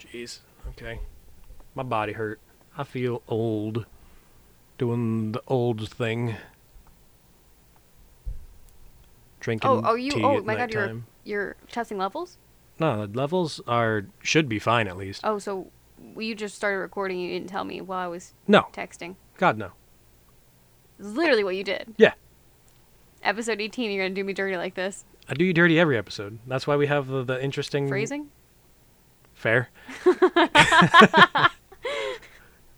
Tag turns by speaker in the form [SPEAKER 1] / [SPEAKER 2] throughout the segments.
[SPEAKER 1] Jeez. Okay. My body hurt. I feel old. Doing the old thing. Drinking
[SPEAKER 2] Oh, oh, you.
[SPEAKER 1] tea
[SPEAKER 2] Oh
[SPEAKER 1] at
[SPEAKER 2] my God, you're
[SPEAKER 1] nighttime.
[SPEAKER 2] you're testing levels.
[SPEAKER 1] No, the levels are should be fine at least.
[SPEAKER 2] Oh, so you just started recording. You didn't tell me while I was
[SPEAKER 1] No,
[SPEAKER 2] texting.
[SPEAKER 1] God no.
[SPEAKER 2] This is literally what you did.
[SPEAKER 1] Yeah.
[SPEAKER 2] Episode 18, you're gonna do me dirty like this.
[SPEAKER 1] I do you dirty every episode. That's why we have the, the interesting
[SPEAKER 2] Phrasing.
[SPEAKER 1] Fair.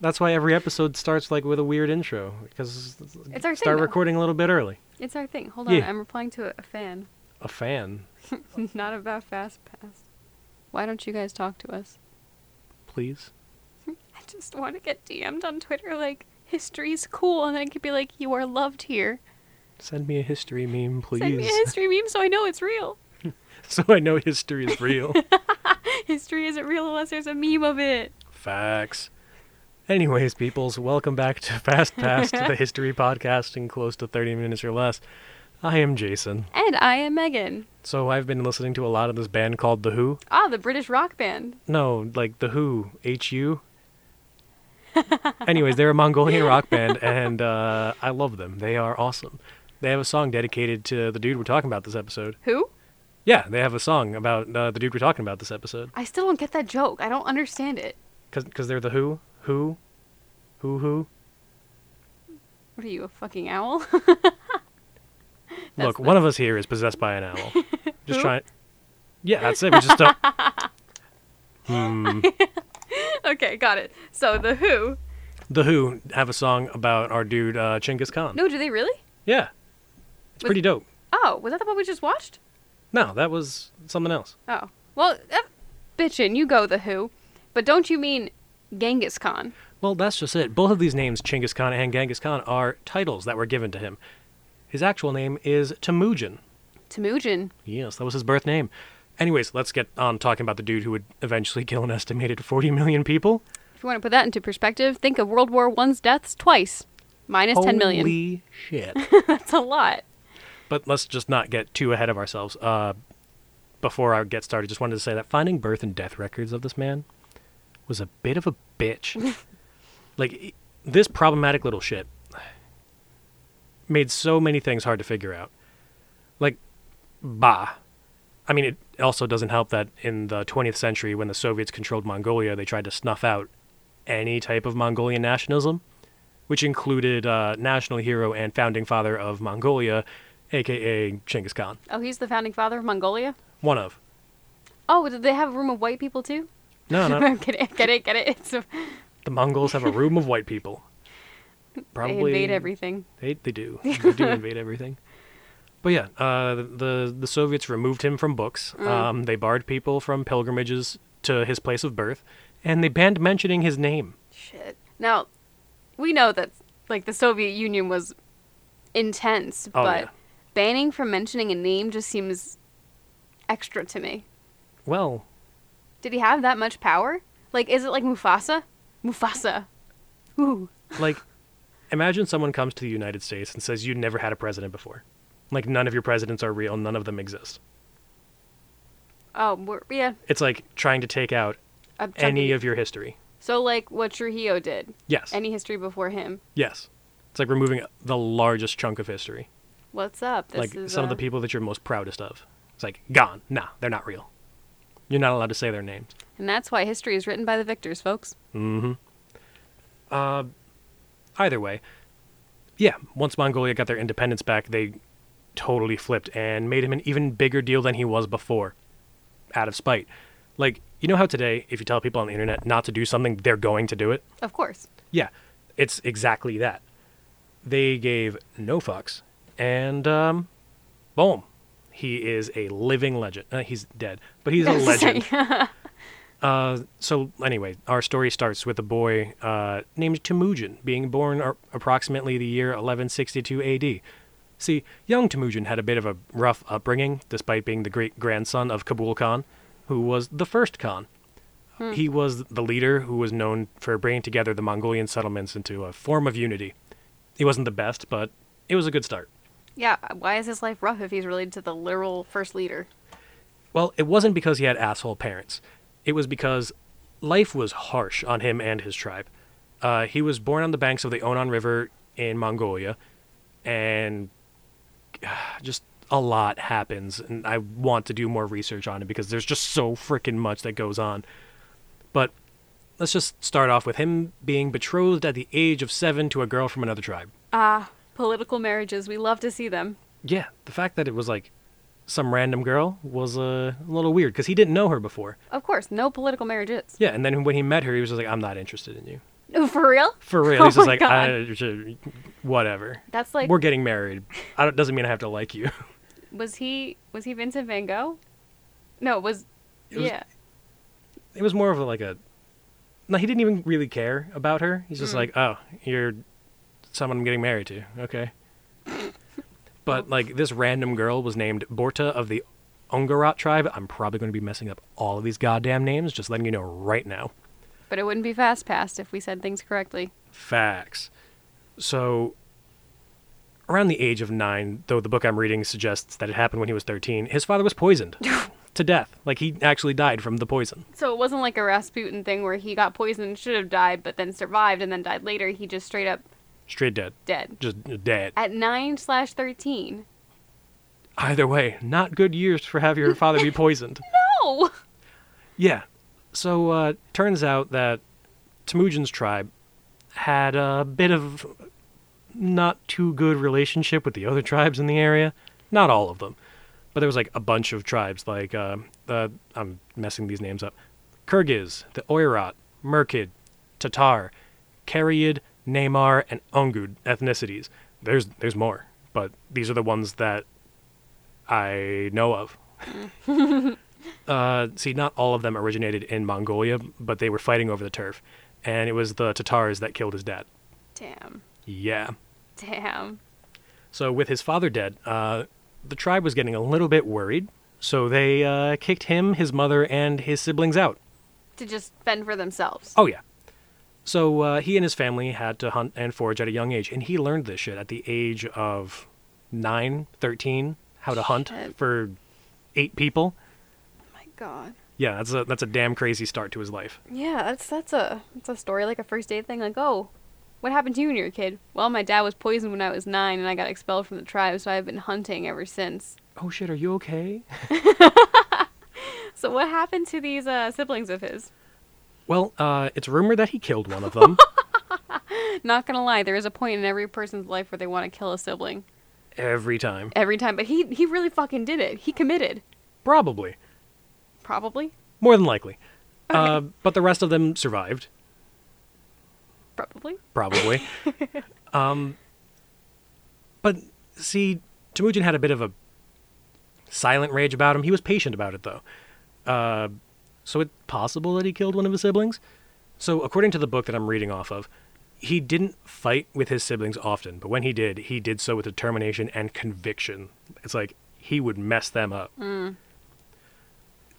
[SPEAKER 1] That's why every episode starts like with a weird intro because
[SPEAKER 2] It's our
[SPEAKER 1] start
[SPEAKER 2] thing. though.
[SPEAKER 1] recording a little bit early.
[SPEAKER 2] It's our thing. Hold on,
[SPEAKER 1] Yeah.
[SPEAKER 2] I'm replying to a fan.
[SPEAKER 1] A fan,
[SPEAKER 2] Not about fast pass. Why don't you guys talk to us?
[SPEAKER 1] please.
[SPEAKER 2] I just want to get DM'd on Twitter like history's cool, and then I could be like, you are loved here.
[SPEAKER 1] Send me a history meme, please.
[SPEAKER 2] Send me a history meme so I know it's real.
[SPEAKER 1] so I know history is real.
[SPEAKER 2] History isn't real unless there's a meme of it.
[SPEAKER 1] Facts. Anyways, peoples, welcome back to Fast Past, the history podcast in close to 30 minutes or less. I am Jason.
[SPEAKER 2] And I am Megan.
[SPEAKER 1] So I've been listening to a lot of this band called The Who.
[SPEAKER 2] Ah, the British rock band.
[SPEAKER 1] No, like the Who, H U. Anyways, they're a Mongolian rock band, and uh, I love them. They are awesome. They have a song dedicated to the dude we're talking about this episode.
[SPEAKER 2] Who?
[SPEAKER 1] Yeah, they have a song about uh, the dude we're talking about this episode.
[SPEAKER 2] I still don't get that joke. I don't understand it.
[SPEAKER 1] Because cause they're the Who, Who, Who, Who.
[SPEAKER 2] What are you, a fucking owl?
[SPEAKER 1] Look,
[SPEAKER 2] the-
[SPEAKER 1] one of us here is possessed by an owl. Just
[SPEAKER 2] Who?
[SPEAKER 1] trying. Yeah, that's it. We just don't. Hmm.
[SPEAKER 2] okay, got it. So the Who.
[SPEAKER 1] The Who have a song about our dude uh, Chinggis Khan.
[SPEAKER 2] No, do they really?
[SPEAKER 1] Yeah, it's
[SPEAKER 2] Was-
[SPEAKER 1] pretty dope.
[SPEAKER 2] Oh, was that the one we just watched?
[SPEAKER 1] No, that was something else.
[SPEAKER 2] Oh. Well, eh, bitchin', you go the Who. But don't you mean Genghis Khan?
[SPEAKER 1] Well, that's just it. Both of these names, Chinggis Khan and Genghis Khan, are titles that were given to him. His actual name is Temujin.
[SPEAKER 2] Temujin.
[SPEAKER 1] Yes, that was his birth name. Anyways, let's get on talking about the dude who would eventually kill an estimated 40 million people.
[SPEAKER 2] If you want to put that into perspective, think of World War One's deaths twice. Minus 10 million.
[SPEAKER 1] Holy shit.
[SPEAKER 2] That's a lot.
[SPEAKER 1] but let's just not get too ahead of ourselves. Uh, before I get started, just wanted to say that finding birth and death records of this man was a bit of a bitch. like e- this problematic little shit made so many things hard to figure out. Like, bah. I mean, it also doesn't help that in the 20th century, when the Soviets controlled Mongolia, they tried to snuff out any type of Mongolian nationalism which included uh, national hero and founding father of Mongolia, aka Genghis Khan.
[SPEAKER 2] Oh, he's the founding father of Mongolia?
[SPEAKER 1] One of.
[SPEAKER 2] Oh, did they have a room of white people too?
[SPEAKER 1] No, no.
[SPEAKER 2] get it, get it, get it. It's a,
[SPEAKER 1] the Mongols have a room of white people. Probably
[SPEAKER 2] they invade everything.
[SPEAKER 1] They, they do. They do invade everything. But yeah, uh, the the Soviets removed him from books.
[SPEAKER 2] Mm.
[SPEAKER 1] Um, they barred people from pilgrimages to his place of birth, and they banned mentioning his name.
[SPEAKER 2] Shit. Now, we know that like the Soviet Union was intense,
[SPEAKER 1] Oh,
[SPEAKER 2] but
[SPEAKER 1] yeah.
[SPEAKER 2] banning from mentioning a name just seems extra to me.
[SPEAKER 1] Well,
[SPEAKER 2] Did he have that much power? Like, is it like Mufasa? Mufasa. Ooh.
[SPEAKER 1] like imagine someone comes to the united states and says you never had a president before like none of your presidents are real none of them exist
[SPEAKER 2] Oh, we're, yeah.
[SPEAKER 1] it's like trying to take out
[SPEAKER 2] a chunk
[SPEAKER 1] any of your history
[SPEAKER 2] So, like what Trujillo did,
[SPEAKER 1] yes
[SPEAKER 2] any history before him.
[SPEAKER 1] yes it's like removing the largest chunk of history
[SPEAKER 2] What's up? This
[SPEAKER 1] like
[SPEAKER 2] is,
[SPEAKER 1] some of the
[SPEAKER 2] uh,
[SPEAKER 1] people that you're most proudest of it's like gone nah they're not real you're not allowed to say their names
[SPEAKER 2] And that's why history is written by the victors, folks.
[SPEAKER 1] either way, yeah, once Mongolia got their independence back, they totally flipped and made him an even bigger deal than he was before, out of spite. Like, you know how today, if you tell people on the internet not to do something, they're going to do it?
[SPEAKER 2] Of course.
[SPEAKER 1] Yeah, it's exactly that. They gave no fucks, and, um, boom. He is a living legend. Uh, he's dead, but he's a legend. Uh, so anyway, our story starts with a boy uh, named Temujin being born ar- approximately the year 1162 AD. See, young Temujin had a bit of a rough upbringing, despite being the great grandson of Kabul Khan, who was the first Khan. He was the leader who was known for bringing together the Mongolian settlements into a form of unity. He wasn't the best, but it was a good start.
[SPEAKER 2] yeah, why is his life rough if he's related to the literal first leader?
[SPEAKER 1] Well, it wasn't because he had asshole parents. It was because life was harsh on him and his tribe. Uh, he was born on the banks of the Onan River in Mongolia, and ah, just a lot happens. And I want to do more research on it because there's just so freaking much that goes on. But let's just start off with him being betrothed at the age of seven to a girl from another tribe.
[SPEAKER 2] Ah, political marriages. We love to see them.
[SPEAKER 1] Yeah, the fact that it was like some random girl was uh, a little weird because he didn't know her before.
[SPEAKER 2] Of course, no political marriages.
[SPEAKER 1] Yeah, and then when he met her, he was just like, "I'm not interested in you."
[SPEAKER 2] Oh, For real?
[SPEAKER 1] For real, he's
[SPEAKER 2] Oh
[SPEAKER 1] just
[SPEAKER 2] my
[SPEAKER 1] like, I, j- "Whatever."
[SPEAKER 2] That's like
[SPEAKER 1] We're getting married. I don't, doesn't mean I have to like you.
[SPEAKER 2] was he was he Vincent Van Gogh? No, was,
[SPEAKER 1] It was-
[SPEAKER 2] yeah.
[SPEAKER 1] It was more of a, like a. No, he didn't even really care about her. He's just
[SPEAKER 2] Mm.
[SPEAKER 1] like, "Oh, you're someone I'm getting married to." Okay. But like this random girl was named Borta of the Ungarat tribe. I'm probably going to be messing up all of these goddamn names. Just letting you know right now.
[SPEAKER 2] But it wouldn't be fast passed if we said things correctly.
[SPEAKER 1] Facts. So, around the age of nine, though the book I'm reading suggests that it happened when he was 13, his father was poisoned to death. Like, he actually died from the poison.
[SPEAKER 2] So it wasn't like a Rasputin thing where he got poisoned, should have died, but then survived and then died later. He just straight up
[SPEAKER 1] Straight dead.
[SPEAKER 2] dead.
[SPEAKER 1] Just dead.
[SPEAKER 2] At nine slash thirteen.
[SPEAKER 1] Either way, not good years for have your father be poisoned.
[SPEAKER 2] No.
[SPEAKER 1] Yeah. So, uh, turns out that Temujin's tribe had a bit of not too good relationship with the other tribes in the area. Not all of them, but there was like a bunch of tribes. Like uh, uh, I'm messing these names up: Kyrgyz, the Oirat, Merkid, Tatar, Karyid, Neymar, and Ongud ethnicities. There's there's more, but these are the ones that I know of. uh, see, not all of them originated in Mongolia, but they were fighting over the turf, and it was the Tatars that killed his dad.
[SPEAKER 2] Damn.
[SPEAKER 1] Yeah.
[SPEAKER 2] Damn.
[SPEAKER 1] So with his father dead, uh, the tribe was getting a little bit worried, so they uh, kicked him, his mother, and his siblings out.
[SPEAKER 2] To just fend for themselves.
[SPEAKER 1] Oh yeah. So uh, he and his family had to hunt and forage at a young age, and he learned this shit at the age of nine, thirteen, how to hunt
[SPEAKER 2] Shit.
[SPEAKER 1] for eight people.
[SPEAKER 2] my god.
[SPEAKER 1] Yeah, that's a that's a damn crazy start to his life.
[SPEAKER 2] Yeah, that's that's a that's a story like a first date thing. Like, oh, what happened to you when you were a kid? Well, my dad was poisoned when I was nine, and I got expelled from the tribe, so I've been hunting ever since.
[SPEAKER 1] Oh shit, are you okay?
[SPEAKER 2] So what happened to these uh, siblings of his?
[SPEAKER 1] Well, uh, it's rumored that he killed one of them.
[SPEAKER 2] Not gonna lie, there is a point in every person's life where they want to kill a sibling
[SPEAKER 1] Every time.
[SPEAKER 2] every time, but he he really fucking did it. He committed,
[SPEAKER 1] Probably.
[SPEAKER 2] probably.
[SPEAKER 1] More than likely. Uh, but the rest of them survived.
[SPEAKER 2] Probably.
[SPEAKER 1] probably. um, but see, Temujin had a bit of a silent rage about him. He was patient about it, though. Uh, so it's possible that he killed one of his siblings. So, according to the book that I'm reading off of, he didn't fight with his siblings often, but when he did, he did so with determination and conviction. It's like he would mess them up.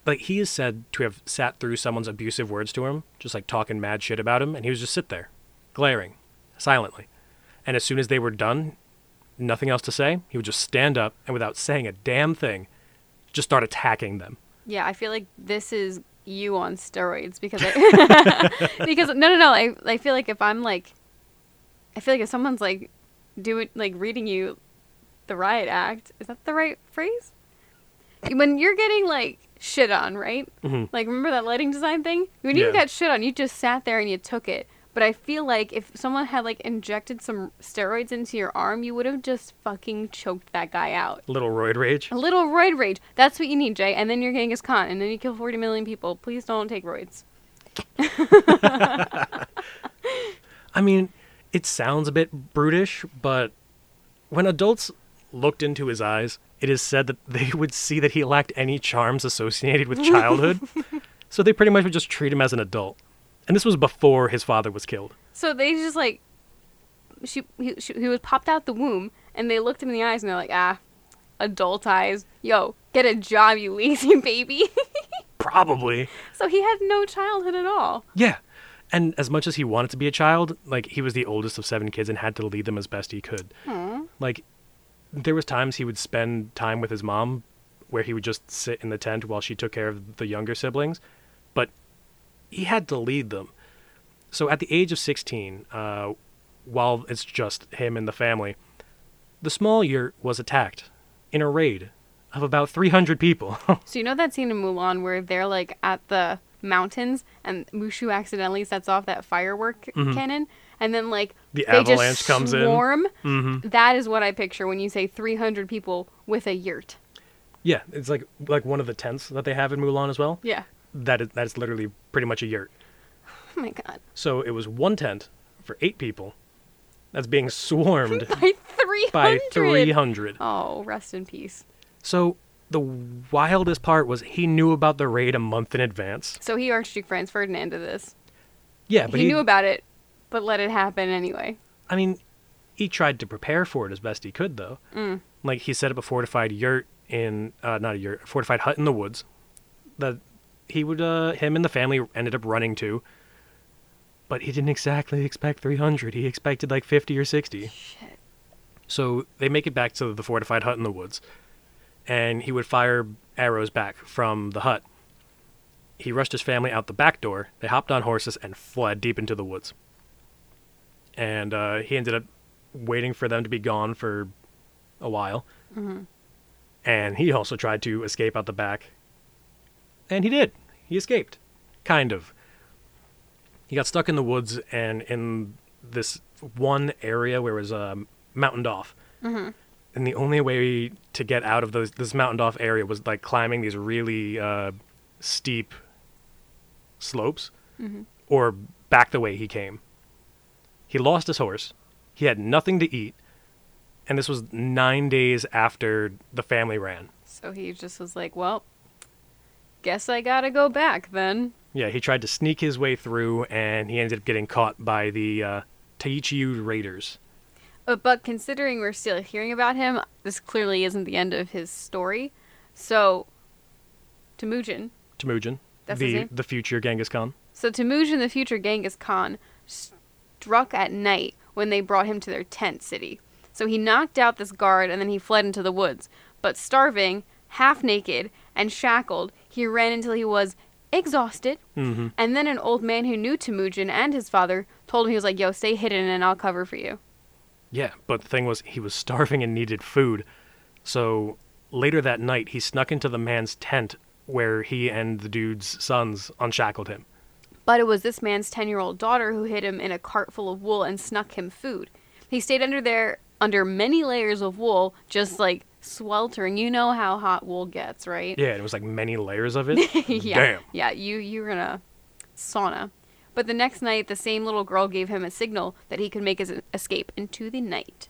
[SPEAKER 1] Like, he is said to have sat through someone's abusive words to him, just like talking mad shit about him, and he was just sit there, glaring, silently. And as soon as they were done, nothing else to say, he would just stand up and without saying a damn thing, just start attacking them.
[SPEAKER 2] Yeah, I feel like this is you on steroids because I because no no no I I feel like if I'm like I feel like if someone's like doing like reading you the riot act is that the right phrase when you're getting like shit on right
[SPEAKER 1] Mhm.
[SPEAKER 2] like remember that lighting design thing when you
[SPEAKER 1] Yeah.
[SPEAKER 2] got shit on you just sat there and you took it but I feel like if someone had like injected some steroids into your arm you would have just fucking choked that guy out
[SPEAKER 1] Little roid rage.
[SPEAKER 2] a little roid rage. That's what you need, Jay. And then you're Genghis Khan, and then you kill 40 million people. Please don't take roids.
[SPEAKER 1] I mean, it sounds a bit brutish, but when adults looked into his eyes, it is said that they would see that he lacked any charms associated with childhood. so they pretty much would just treat him as an adult. And this was before his father was killed.
[SPEAKER 2] So they just like, she he, she he was popped out the womb, and they looked him in the eyes, and they're like, ah, adult eyes. Yo, get a job, you lazy baby.
[SPEAKER 1] Probably.
[SPEAKER 2] so he had no childhood at all.
[SPEAKER 1] Yeah. And as much as he wanted to be a child, like he was the oldest of seven kids and had to lead them as best he could. Like there was times he would spend time with his mom where he would just sit in the tent while she took care of the younger siblings, but he had to lead them. So at the age of 16, uh, while it's just him and the family, the small yurt was attacked in a raid of about 300 people.
[SPEAKER 2] So you know that scene in Mulan where they're like at the mountains and Mushu accidentally sets off that firework cannon and then like
[SPEAKER 1] Mm-hmm. The
[SPEAKER 2] they just
[SPEAKER 1] avalanche comes in. Mm-hmm.
[SPEAKER 2] swarm. That is what I picture when you say 300 people with a yurt.
[SPEAKER 1] yeah, it's like like one of the tents that they have in Mulan as well.
[SPEAKER 2] Yeah.
[SPEAKER 1] That is that is literally pretty much a yurt.
[SPEAKER 2] Oh my god.
[SPEAKER 1] So it was one tent for eight people that's being swarmed
[SPEAKER 2] By 300.
[SPEAKER 1] by 300.
[SPEAKER 2] Oh, rest in peace.
[SPEAKER 1] So the wildest part was he knew about the raid a month in advance.
[SPEAKER 2] So he Archduke Franz Ferdinand did this.
[SPEAKER 1] Yeah, but
[SPEAKER 2] he, knew about it, but let it happen anyway.
[SPEAKER 1] I mean, he tried to prepare for it as best he could, though.
[SPEAKER 2] Mm.
[SPEAKER 1] Like he set up a fortified yurt in, uh, not a yurt, a fortified hut in the woods that he would, uh, him and the family ended up running to. But he didn't exactly expect 300. He expected like 50 or 60.
[SPEAKER 2] Shit.
[SPEAKER 1] So they make it back to the fortified hut in the woods, and he would fire arrows back from the hut. He rushed his family out the back door. They hopped on horses and fled deep into the woods. And uh, he ended up waiting for them to be gone for a while. And he also tried to escape out the back. And he did. He escaped. Kind of. He got stuck in the woods and in this one area where it was um, mountained off. And the only way to get out of those, this mountained off area was like climbing these really uh, steep slopes or back the way he came. He lost his horse. He had nothing to eat. And this was nine days after the family ran.
[SPEAKER 2] So he just was like, well, guess I gotta go back then.
[SPEAKER 1] Yeah, he tried to sneak his way through and he ended up getting caught by the uh, Taichiyu Raiders.
[SPEAKER 2] Uh, but considering we're still hearing about him, this clearly isn't the end of his story. So, Temujin.
[SPEAKER 1] Temujin,
[SPEAKER 2] That's his
[SPEAKER 1] the,
[SPEAKER 2] name?
[SPEAKER 1] the future Genghis Khan.
[SPEAKER 2] So, Temujin, the future Genghis Khan, struck at night when they brought him to their tent city. So, he knocked out this guard and then he fled into the woods. But, starving, half naked, and shackled, he ran until he was exhausted.
[SPEAKER 1] Mm-hmm.
[SPEAKER 2] And then an old man who knew Temujin and his father told him he was like, "Yo, stay hidden and I'll cover for you."
[SPEAKER 1] Yeah, but the thing was, he was starving and needed food. So later that night, he snuck into the man's tent where he and the dude's sons unshackled him.
[SPEAKER 2] But it was this man's 10-year-old daughter who hid him in a cart full of wool and snuck him food. He stayed under there under many layers of wool, just like sweltering. You know how hot wool gets, right?
[SPEAKER 1] Yeah, and it was like many layers of it.
[SPEAKER 2] yeah.
[SPEAKER 1] Damn.
[SPEAKER 2] Yeah, you you're in a sauna. But the next night, the same little girl gave him a signal that he could make his escape into the night.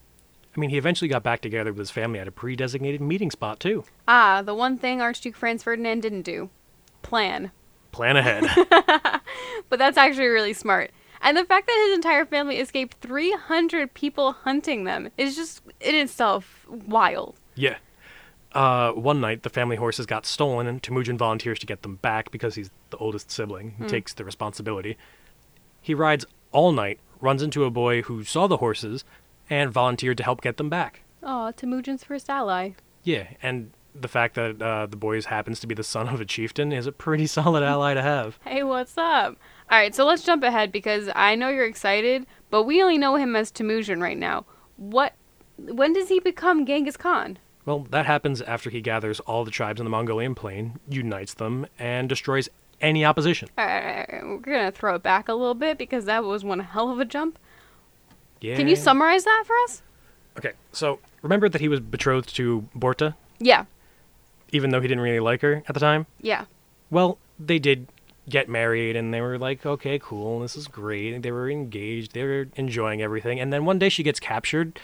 [SPEAKER 1] I mean, he eventually got back together with his family at a pre designated meeting spot, too.
[SPEAKER 2] Ah, the one thing Archduke Franz Ferdinand didn't do. Plan.
[SPEAKER 1] Plan ahead.
[SPEAKER 2] But that's actually really smart. And the fact that his entire family escaped 300 people hunting them is just in itself wild.
[SPEAKER 1] yeah. Uh, one night, the family horses got stolen, and Temujin volunteers to get them back because he's the oldest sibling.
[SPEAKER 2] Hmm.
[SPEAKER 1] He takes the responsibility. He rides all night, runs into a boy who saw the horses, and volunteered to help get them back.
[SPEAKER 2] Aw, Temujin's first ally.
[SPEAKER 1] Yeah, and the fact that uh, the boys happens to be the son of a chieftain is a pretty solid
[SPEAKER 2] Hmm.
[SPEAKER 1] ally to have.
[SPEAKER 2] Hey, what's up? All right, so let's jump ahead because I know you're excited, but we only know him as Temujin right now. What? When does he become Genghis Khan?
[SPEAKER 1] Well, that happens after he gathers all the tribes in the Mongolian plain, unites them, and destroys any opposition.
[SPEAKER 2] All right, all right, all right, we're gonna throw it back a little bit because that was one hell of a jump.
[SPEAKER 1] Yeah.
[SPEAKER 2] Can you summarize that for us?
[SPEAKER 1] Okay, so remember that he was betrothed to Borta,
[SPEAKER 2] Yeah,
[SPEAKER 1] even though he didn't really like her at the time?
[SPEAKER 2] yeah.
[SPEAKER 1] Well, they did get married and they were like, okay, cool, this is great. And They were engaged, they were enjoying everything. And then one day she gets captured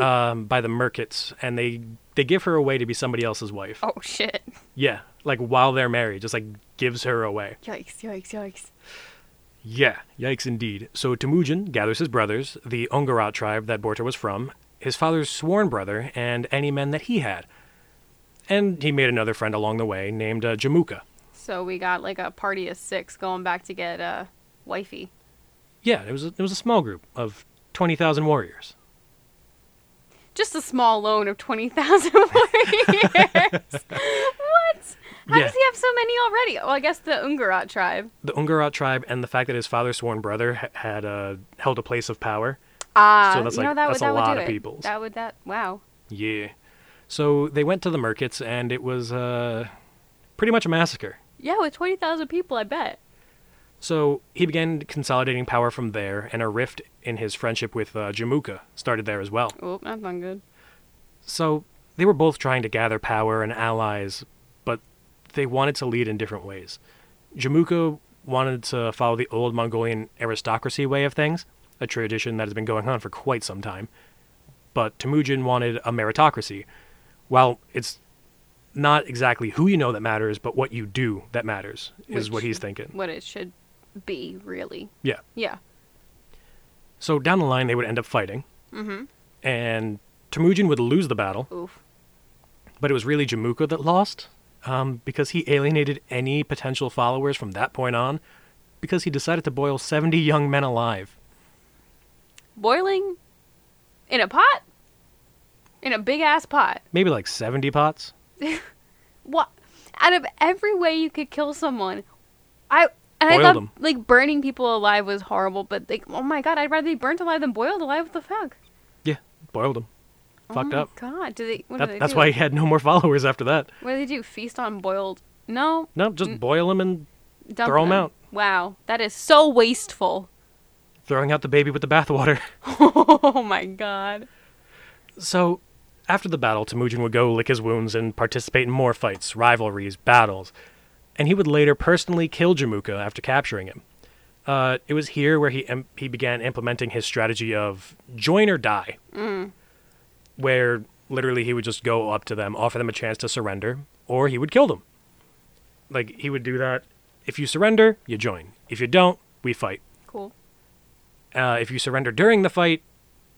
[SPEAKER 1] um, by the Merkits and they, they give her away to be somebody else's wife.
[SPEAKER 2] Oh shit!
[SPEAKER 1] Yeah, like while they're married, just like gives her away.
[SPEAKER 2] Yikes! Yikes! Yikes!
[SPEAKER 1] Yeah, yikes indeed. So Temujin gathers his brothers, the Ungarat tribe that Borta was from, his father's sworn brother, and any men that he had. And he made another friend along the way named uh, Jamuka.
[SPEAKER 2] So we got like a party of six going back to get uh, wifey.
[SPEAKER 1] Yeah, it was a, it was a small group of 20,000 warriors.
[SPEAKER 2] Just a small loan of twenty thousand warriors. what? How
[SPEAKER 1] Yeah.
[SPEAKER 2] does he have so many already? Well, I guess the Ungarat tribe.
[SPEAKER 1] The Ungarat tribe and the fact that his father's sworn brother ha- had uh, held a place of power.
[SPEAKER 2] Ah,
[SPEAKER 1] So that's
[SPEAKER 2] you know
[SPEAKER 1] like-
[SPEAKER 2] that
[SPEAKER 1] that's
[SPEAKER 2] would
[SPEAKER 1] a
[SPEAKER 2] that would
[SPEAKER 1] lot
[SPEAKER 2] do
[SPEAKER 1] of
[SPEAKER 2] it.
[SPEAKER 1] peoples.
[SPEAKER 2] That would that wow.
[SPEAKER 1] Yeah. So they went to the Merkits, and it was uh, pretty much a massacre.
[SPEAKER 2] Yeah, with twenty thousand people, I bet.
[SPEAKER 1] So he began consolidating power from there, and a rift in his friendship with uh, Jamuka started there as well.
[SPEAKER 2] Oh, that's not good.
[SPEAKER 1] So they were both trying to gather power and allies, but they wanted to lead in different ways. Jamuka wanted to follow the old Mongolian aristocracy way of things, a tradition that has been going on for quite some time. But Temujin wanted a meritocracy. While it's not exactly who you know that matters, but what you do that matters, is
[SPEAKER 2] Which-
[SPEAKER 1] what he's thinking.
[SPEAKER 2] What it should be, really.
[SPEAKER 1] Yeah.
[SPEAKER 2] Yeah.
[SPEAKER 1] So down the line, they would end up fighting,
[SPEAKER 2] Mm-hmm.
[SPEAKER 1] and Temujin would lose the battle,
[SPEAKER 2] Oof.
[SPEAKER 1] but it was really Jamuka that lost um, because he alienated any potential followers from that point on because he decided to boil 70 young men alive.
[SPEAKER 2] Boiling in a pot? In a big ass pot.
[SPEAKER 1] Maybe like 70 pots?
[SPEAKER 2] What out of every way you could kill someone, I and I
[SPEAKER 1] Boiled
[SPEAKER 2] thought
[SPEAKER 1] 'em.
[SPEAKER 2] like burning people alive was horrible, but like oh my god, I'd rather be burnt alive than boiled alive. What the fuck?
[SPEAKER 1] Yeah, boiled them. Fucked
[SPEAKER 2] oh my
[SPEAKER 1] up.
[SPEAKER 2] God, do they? What do they
[SPEAKER 1] That, that's
[SPEAKER 2] do?
[SPEAKER 1] why he had no more followers after that.
[SPEAKER 2] What do they do? Feast on boiled? No,
[SPEAKER 1] No, just
[SPEAKER 2] Mm.
[SPEAKER 1] boil them and
[SPEAKER 2] dump
[SPEAKER 1] Throw 'em out.
[SPEAKER 2] Wow, that is so wasteful.
[SPEAKER 1] throwing out the baby with the bathwater.
[SPEAKER 2] oh my god.
[SPEAKER 1] So, after the battle, Temujin would go lick his wounds and participate in more fights, rivalries, battles, and he would later personally kill Jamuka after capturing him. Uh, it was here where he em- he began implementing his strategy of join or die, where literally he would just go up to them, offer them a chance to surrender, or he would kill them. Like he would do that. If you surrender, you join. If you don't, we fight.
[SPEAKER 2] Cool.
[SPEAKER 1] Uh, if you surrender during the fight,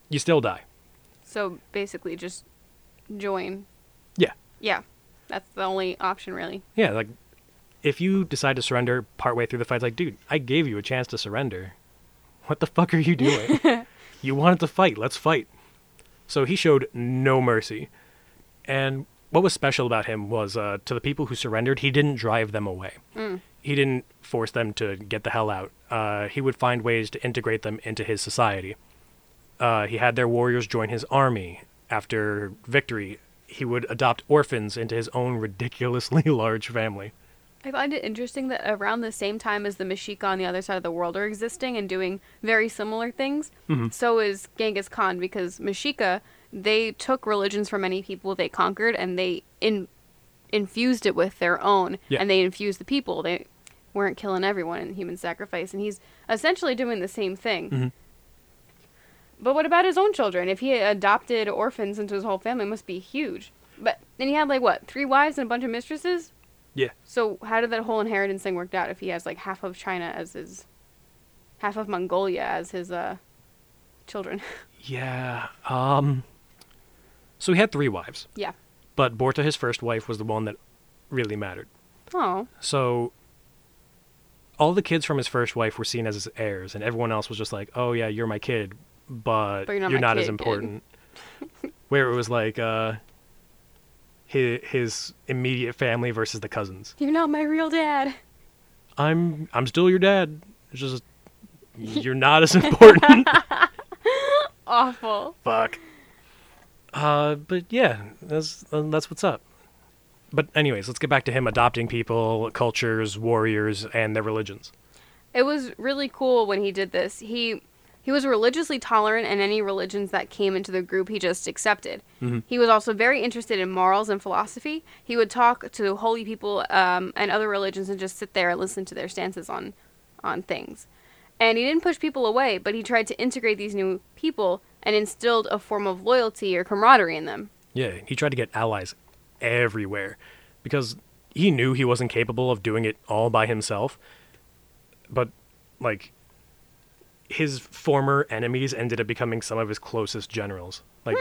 [SPEAKER 1] you still die.
[SPEAKER 2] So basically, just join.
[SPEAKER 1] Yeah.
[SPEAKER 2] Yeah, that's the only option really.
[SPEAKER 1] Yeah, like if you decide to surrender partway through the fight, it's like, dude, I gave you a chance to surrender. What the fuck are you doing? you wanted to fight. Let's fight. So he showed no mercy. And what was special about him was uh, to the people who surrendered, he didn't drive them away. He didn't force them to get the hell out. Uh, he would find ways to integrate them into his society. Uh, he had their warriors join his army. After victory, he would adopt orphans into his own ridiculously large family.
[SPEAKER 2] I find it interesting that around the same time as the Mexica on the other side of the world are existing and doing very similar things, so is Genghis Khan because Mexica, they took religions from many people they conquered and they in, infused it with their own
[SPEAKER 1] Yeah.
[SPEAKER 2] and they infused the people. They weren't killing everyone in human sacrifice and he's essentially doing the same thing. But what about his own children? If he adopted orphans into his whole family, it must be huge. But then he had like what, three wives and a bunch of mistresses?
[SPEAKER 1] Yeah.
[SPEAKER 2] So how did that whole inheritance thing worked out if he has like half of China as his half of Mongolia as his uh children?
[SPEAKER 1] Yeah. Um. So he had three wives,
[SPEAKER 2] yeah.
[SPEAKER 1] but Borta, his first wife, was the one that really mattered.
[SPEAKER 2] Oh.
[SPEAKER 1] So all the kids from his first wife were seen as his heirs, and everyone else was just like, "Oh yeah, you're my kid, but,
[SPEAKER 2] But you're not my
[SPEAKER 1] as
[SPEAKER 2] kid, kid."
[SPEAKER 1] important." Where it was like uh, his his immediate family versus the cousins.
[SPEAKER 2] You're not my real dad.
[SPEAKER 1] I'm I'm still your dad. It's just you're not as important.
[SPEAKER 2] Awful.
[SPEAKER 1] Fuck. Uh, but yeah, that's uh, that's what's up. But anyways, let's get back to him adopting people, cultures, warriors, and their religions.
[SPEAKER 2] It was really cool when he did this. He he was religiously tolerant and any religions that came into the group he just accepted. He was also very interested in morals and philosophy. He would talk to holy people um, and other religions and just sit there and listen to their stances on on things. And he didn't push people away, but he tried to integrate these new people and instilled a form of loyalty or camaraderie in them.
[SPEAKER 1] Yeah, he tried to get allies everywhere because he knew he wasn't capable of doing it all by himself. But like his former enemies ended up becoming some of his closest generals. Like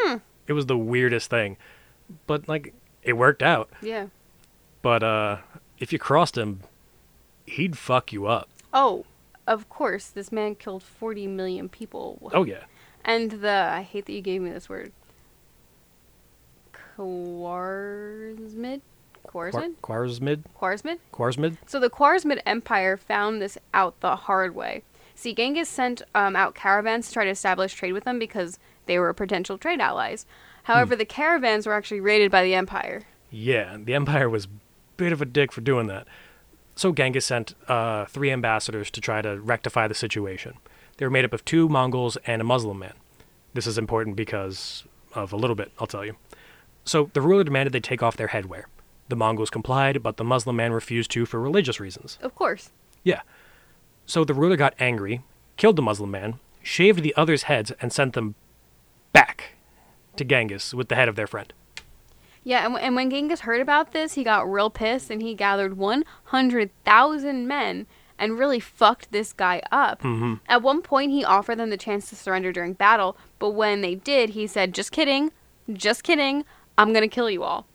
[SPEAKER 1] it was the weirdest thing. But like it worked out.
[SPEAKER 2] Yeah.
[SPEAKER 1] But uh if you crossed him, he'd fuck you up.
[SPEAKER 2] Oh, of course, this man killed 40 million people.
[SPEAKER 1] Oh yeah.
[SPEAKER 2] And the I hate that you gave me this word. Khwarizmid Khwarizmid?
[SPEAKER 1] Quar- Khwarizmid?
[SPEAKER 2] Khwarizmid?
[SPEAKER 1] Khwarizmid?
[SPEAKER 2] So the Khwarizmid Empire found this out the hard way. See, Genghis sent um, out caravans to try to establish trade with them because they were potential trade allies. However, the caravans were actually raided by the Empire.
[SPEAKER 1] Yeah, the Empire was a bit of a dick for doing that. So Genghis sent uh, three ambassadors to try to rectify the situation. They were made up of two Mongols and a Muslim man. This is important because of a little bit, I'll tell you. So the ruler demanded they take off their headwear. The Mongols complied, but the Muslim man refused to for religious reasons.
[SPEAKER 2] Of course.
[SPEAKER 1] Yeah. So the ruler got angry, killed the Muslim man, shaved the others' heads, and sent them back to Genghis with the head of their friend.
[SPEAKER 2] Yeah, and, w- and when Genghis heard about this, he got real pissed and he gathered 100,000 men and really fucked this guy up. At one point, he offered them the chance to surrender during battle, but when they did, he said, Just kidding, just kidding, I'm gonna kill you all.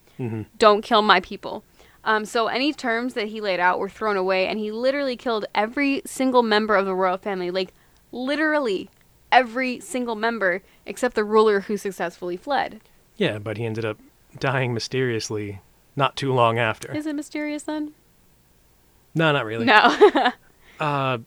[SPEAKER 2] Don't kill my people. Um, so any terms that he laid out were thrown away, and he literally killed every single member of the royal family. Like, literally every single member except the ruler who successfully fled.
[SPEAKER 1] Yeah, but he ended up dying mysteriously not too long after.
[SPEAKER 2] Is it mysterious then?
[SPEAKER 1] no, not really.
[SPEAKER 2] No.
[SPEAKER 1] Uh,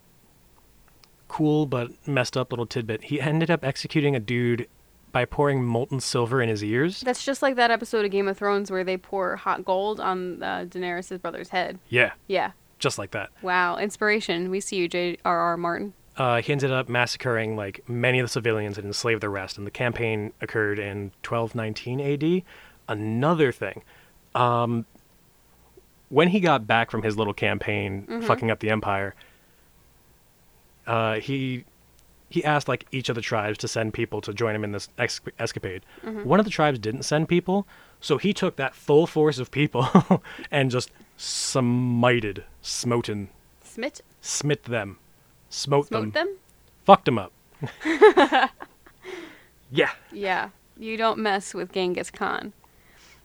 [SPEAKER 1] cool but messed up little tidbit. He ended up executing a dude by pouring molten silver in his ears.
[SPEAKER 2] That's just like that episode of Game of Thrones where they pour hot gold on uh, Daenerys' brother's head.
[SPEAKER 1] Yeah,
[SPEAKER 2] Yeah.
[SPEAKER 1] just like that.
[SPEAKER 2] Wow. Inspiration. We see you, J.R.R. Martin.
[SPEAKER 1] Uh, he ended up massacring like many of the civilians and enslaved the rest. And the campaign occurred in 1219 AD. Another thing, um, when he got back from his little campaign, fucking up the empire, uh, he he asked like each of the tribes to send people to join him in this ex- escapade. One of the tribes didn't send people, so he took that full force of people and just smited, smoten,
[SPEAKER 2] Smit?
[SPEAKER 1] smit them, smote,
[SPEAKER 2] Smote them?
[SPEAKER 1] fucked him up. yeah.
[SPEAKER 2] Yeah. You don't mess with Genghis Khan.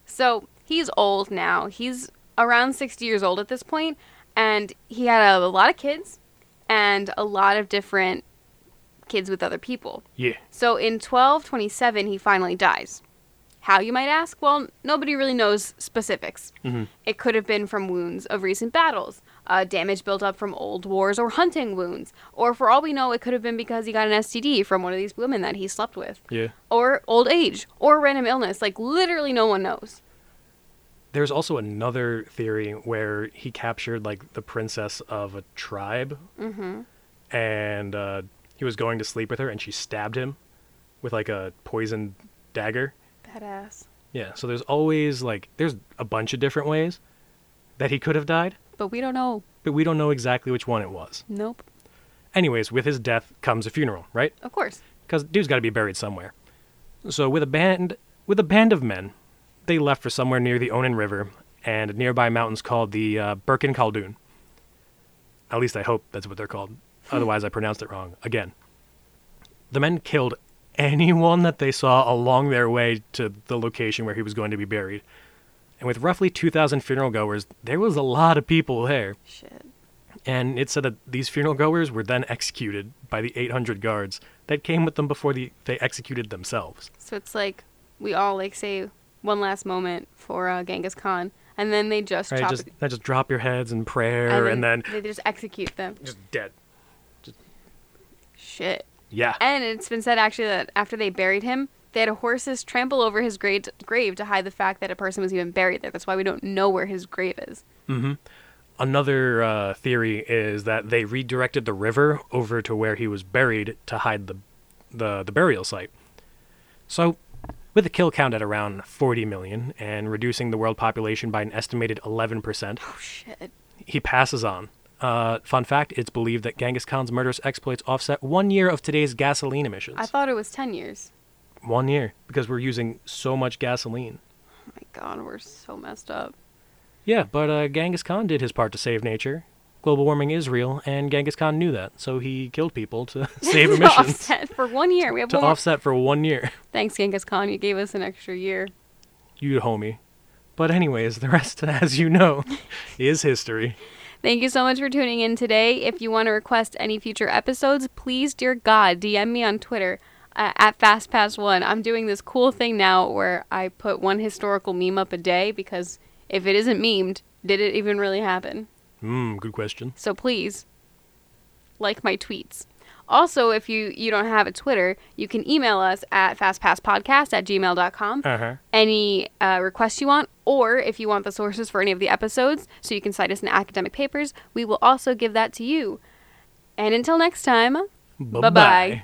[SPEAKER 2] So he's old now. He's around 60 years old at this point, and he had a lot of kids and a lot of different kids with other people.
[SPEAKER 1] Yeah.
[SPEAKER 2] So in 1227, he finally dies. How, you might ask? Well, nobody really knows specifics.
[SPEAKER 1] Mm-hmm.
[SPEAKER 2] It could have been from wounds of recent battles, uh, damage built up from old wars or hunting wounds, or for all we know, it could have been because he got an STD from one of these women that he slept with,
[SPEAKER 1] Yeah.
[SPEAKER 2] or old age, or random illness. Like, literally, no one knows.
[SPEAKER 1] There's also another theory where he captured like the princess of a tribe, and uh, he was going to sleep with her, and she stabbed him with like a poisoned dagger.
[SPEAKER 2] Badass.
[SPEAKER 1] Yeah. So there's always like there's a bunch of different ways that he could have died,
[SPEAKER 2] But we don't know.
[SPEAKER 1] but we don't know exactly which one it was.
[SPEAKER 2] Nope.
[SPEAKER 1] Anyways, with his death comes a funeral, right?
[SPEAKER 2] Of course.
[SPEAKER 1] because dude's got to be buried somewhere. So with a band with a band of men, they left for somewhere near the Onan River and nearby mountains called the uh, Birkin Khaldun. At least I hope that's what they're called. Otherwise, I pronounced it wrong again. The men killed anyone that they saw along their way to the location where he was going to be buried. And with roughly 2,000 funeral goers, there was a lot of people there
[SPEAKER 2] Shit.
[SPEAKER 1] and it said that these funeral goers were then executed by the 800 guards that came with them before the, they executed themselves.
[SPEAKER 2] So it's like we all like say one last moment for uh, Genghis Khan, and then they just
[SPEAKER 1] Right?
[SPEAKER 2] chop
[SPEAKER 1] Just, not just drop your heads in prayer and then,
[SPEAKER 2] they just execute them.
[SPEAKER 1] just dead.
[SPEAKER 2] Shit.
[SPEAKER 1] Yeah.
[SPEAKER 2] And it's been said actually that after they buried him, they had horses trample over his grave grave to hide the fact that a person was even buried there. That's why we don't know where his grave is.
[SPEAKER 1] Another uh, theory is that they redirected the river over to where he was buried to hide the, the, the burial site. So, with a kill count at around 40 million and reducing the world population by an estimated 11%,
[SPEAKER 2] Oh shit.
[SPEAKER 1] he passes on. Uh, fun fact: It's believed that Genghis Khan's murderous exploits offset one year of today's gasoline emissions.
[SPEAKER 2] I thought it was 10 years.
[SPEAKER 1] one year because we're using so much gasoline.
[SPEAKER 2] Oh my god, we're so messed up.
[SPEAKER 1] Yeah, but uh, Genghis Khan did his part to save nature. Global warming is real, and Genghis Khan knew that, so he killed people to save
[SPEAKER 2] To
[SPEAKER 1] emissions
[SPEAKER 2] offset for one year. We have
[SPEAKER 1] to
[SPEAKER 2] one more-
[SPEAKER 1] offset for one year.
[SPEAKER 2] Thanks Genghis Khan, you gave us an extra year.
[SPEAKER 1] You homie. But anyways, the rest, as you know, is history.
[SPEAKER 2] Thank you so much for tuning in today. If you want to request any future episodes, please, dear God, DM me on Twitter uh, at FastPass1. I'm doing this cool thing now where I put one historical meme up a day because if it isn't memed, did it even really happen?
[SPEAKER 1] Hmm, good question.
[SPEAKER 2] So please like my tweets. Also, if you, you don't have a Twitter, you can email us at fastpasspodcast at gmail.com.
[SPEAKER 1] Uh huh.
[SPEAKER 2] Any uh, requests you want, or if you want the sources for any of the episodes, so you can cite us in academic papers, we will also give that to you. And until next time,
[SPEAKER 1] Bye bye.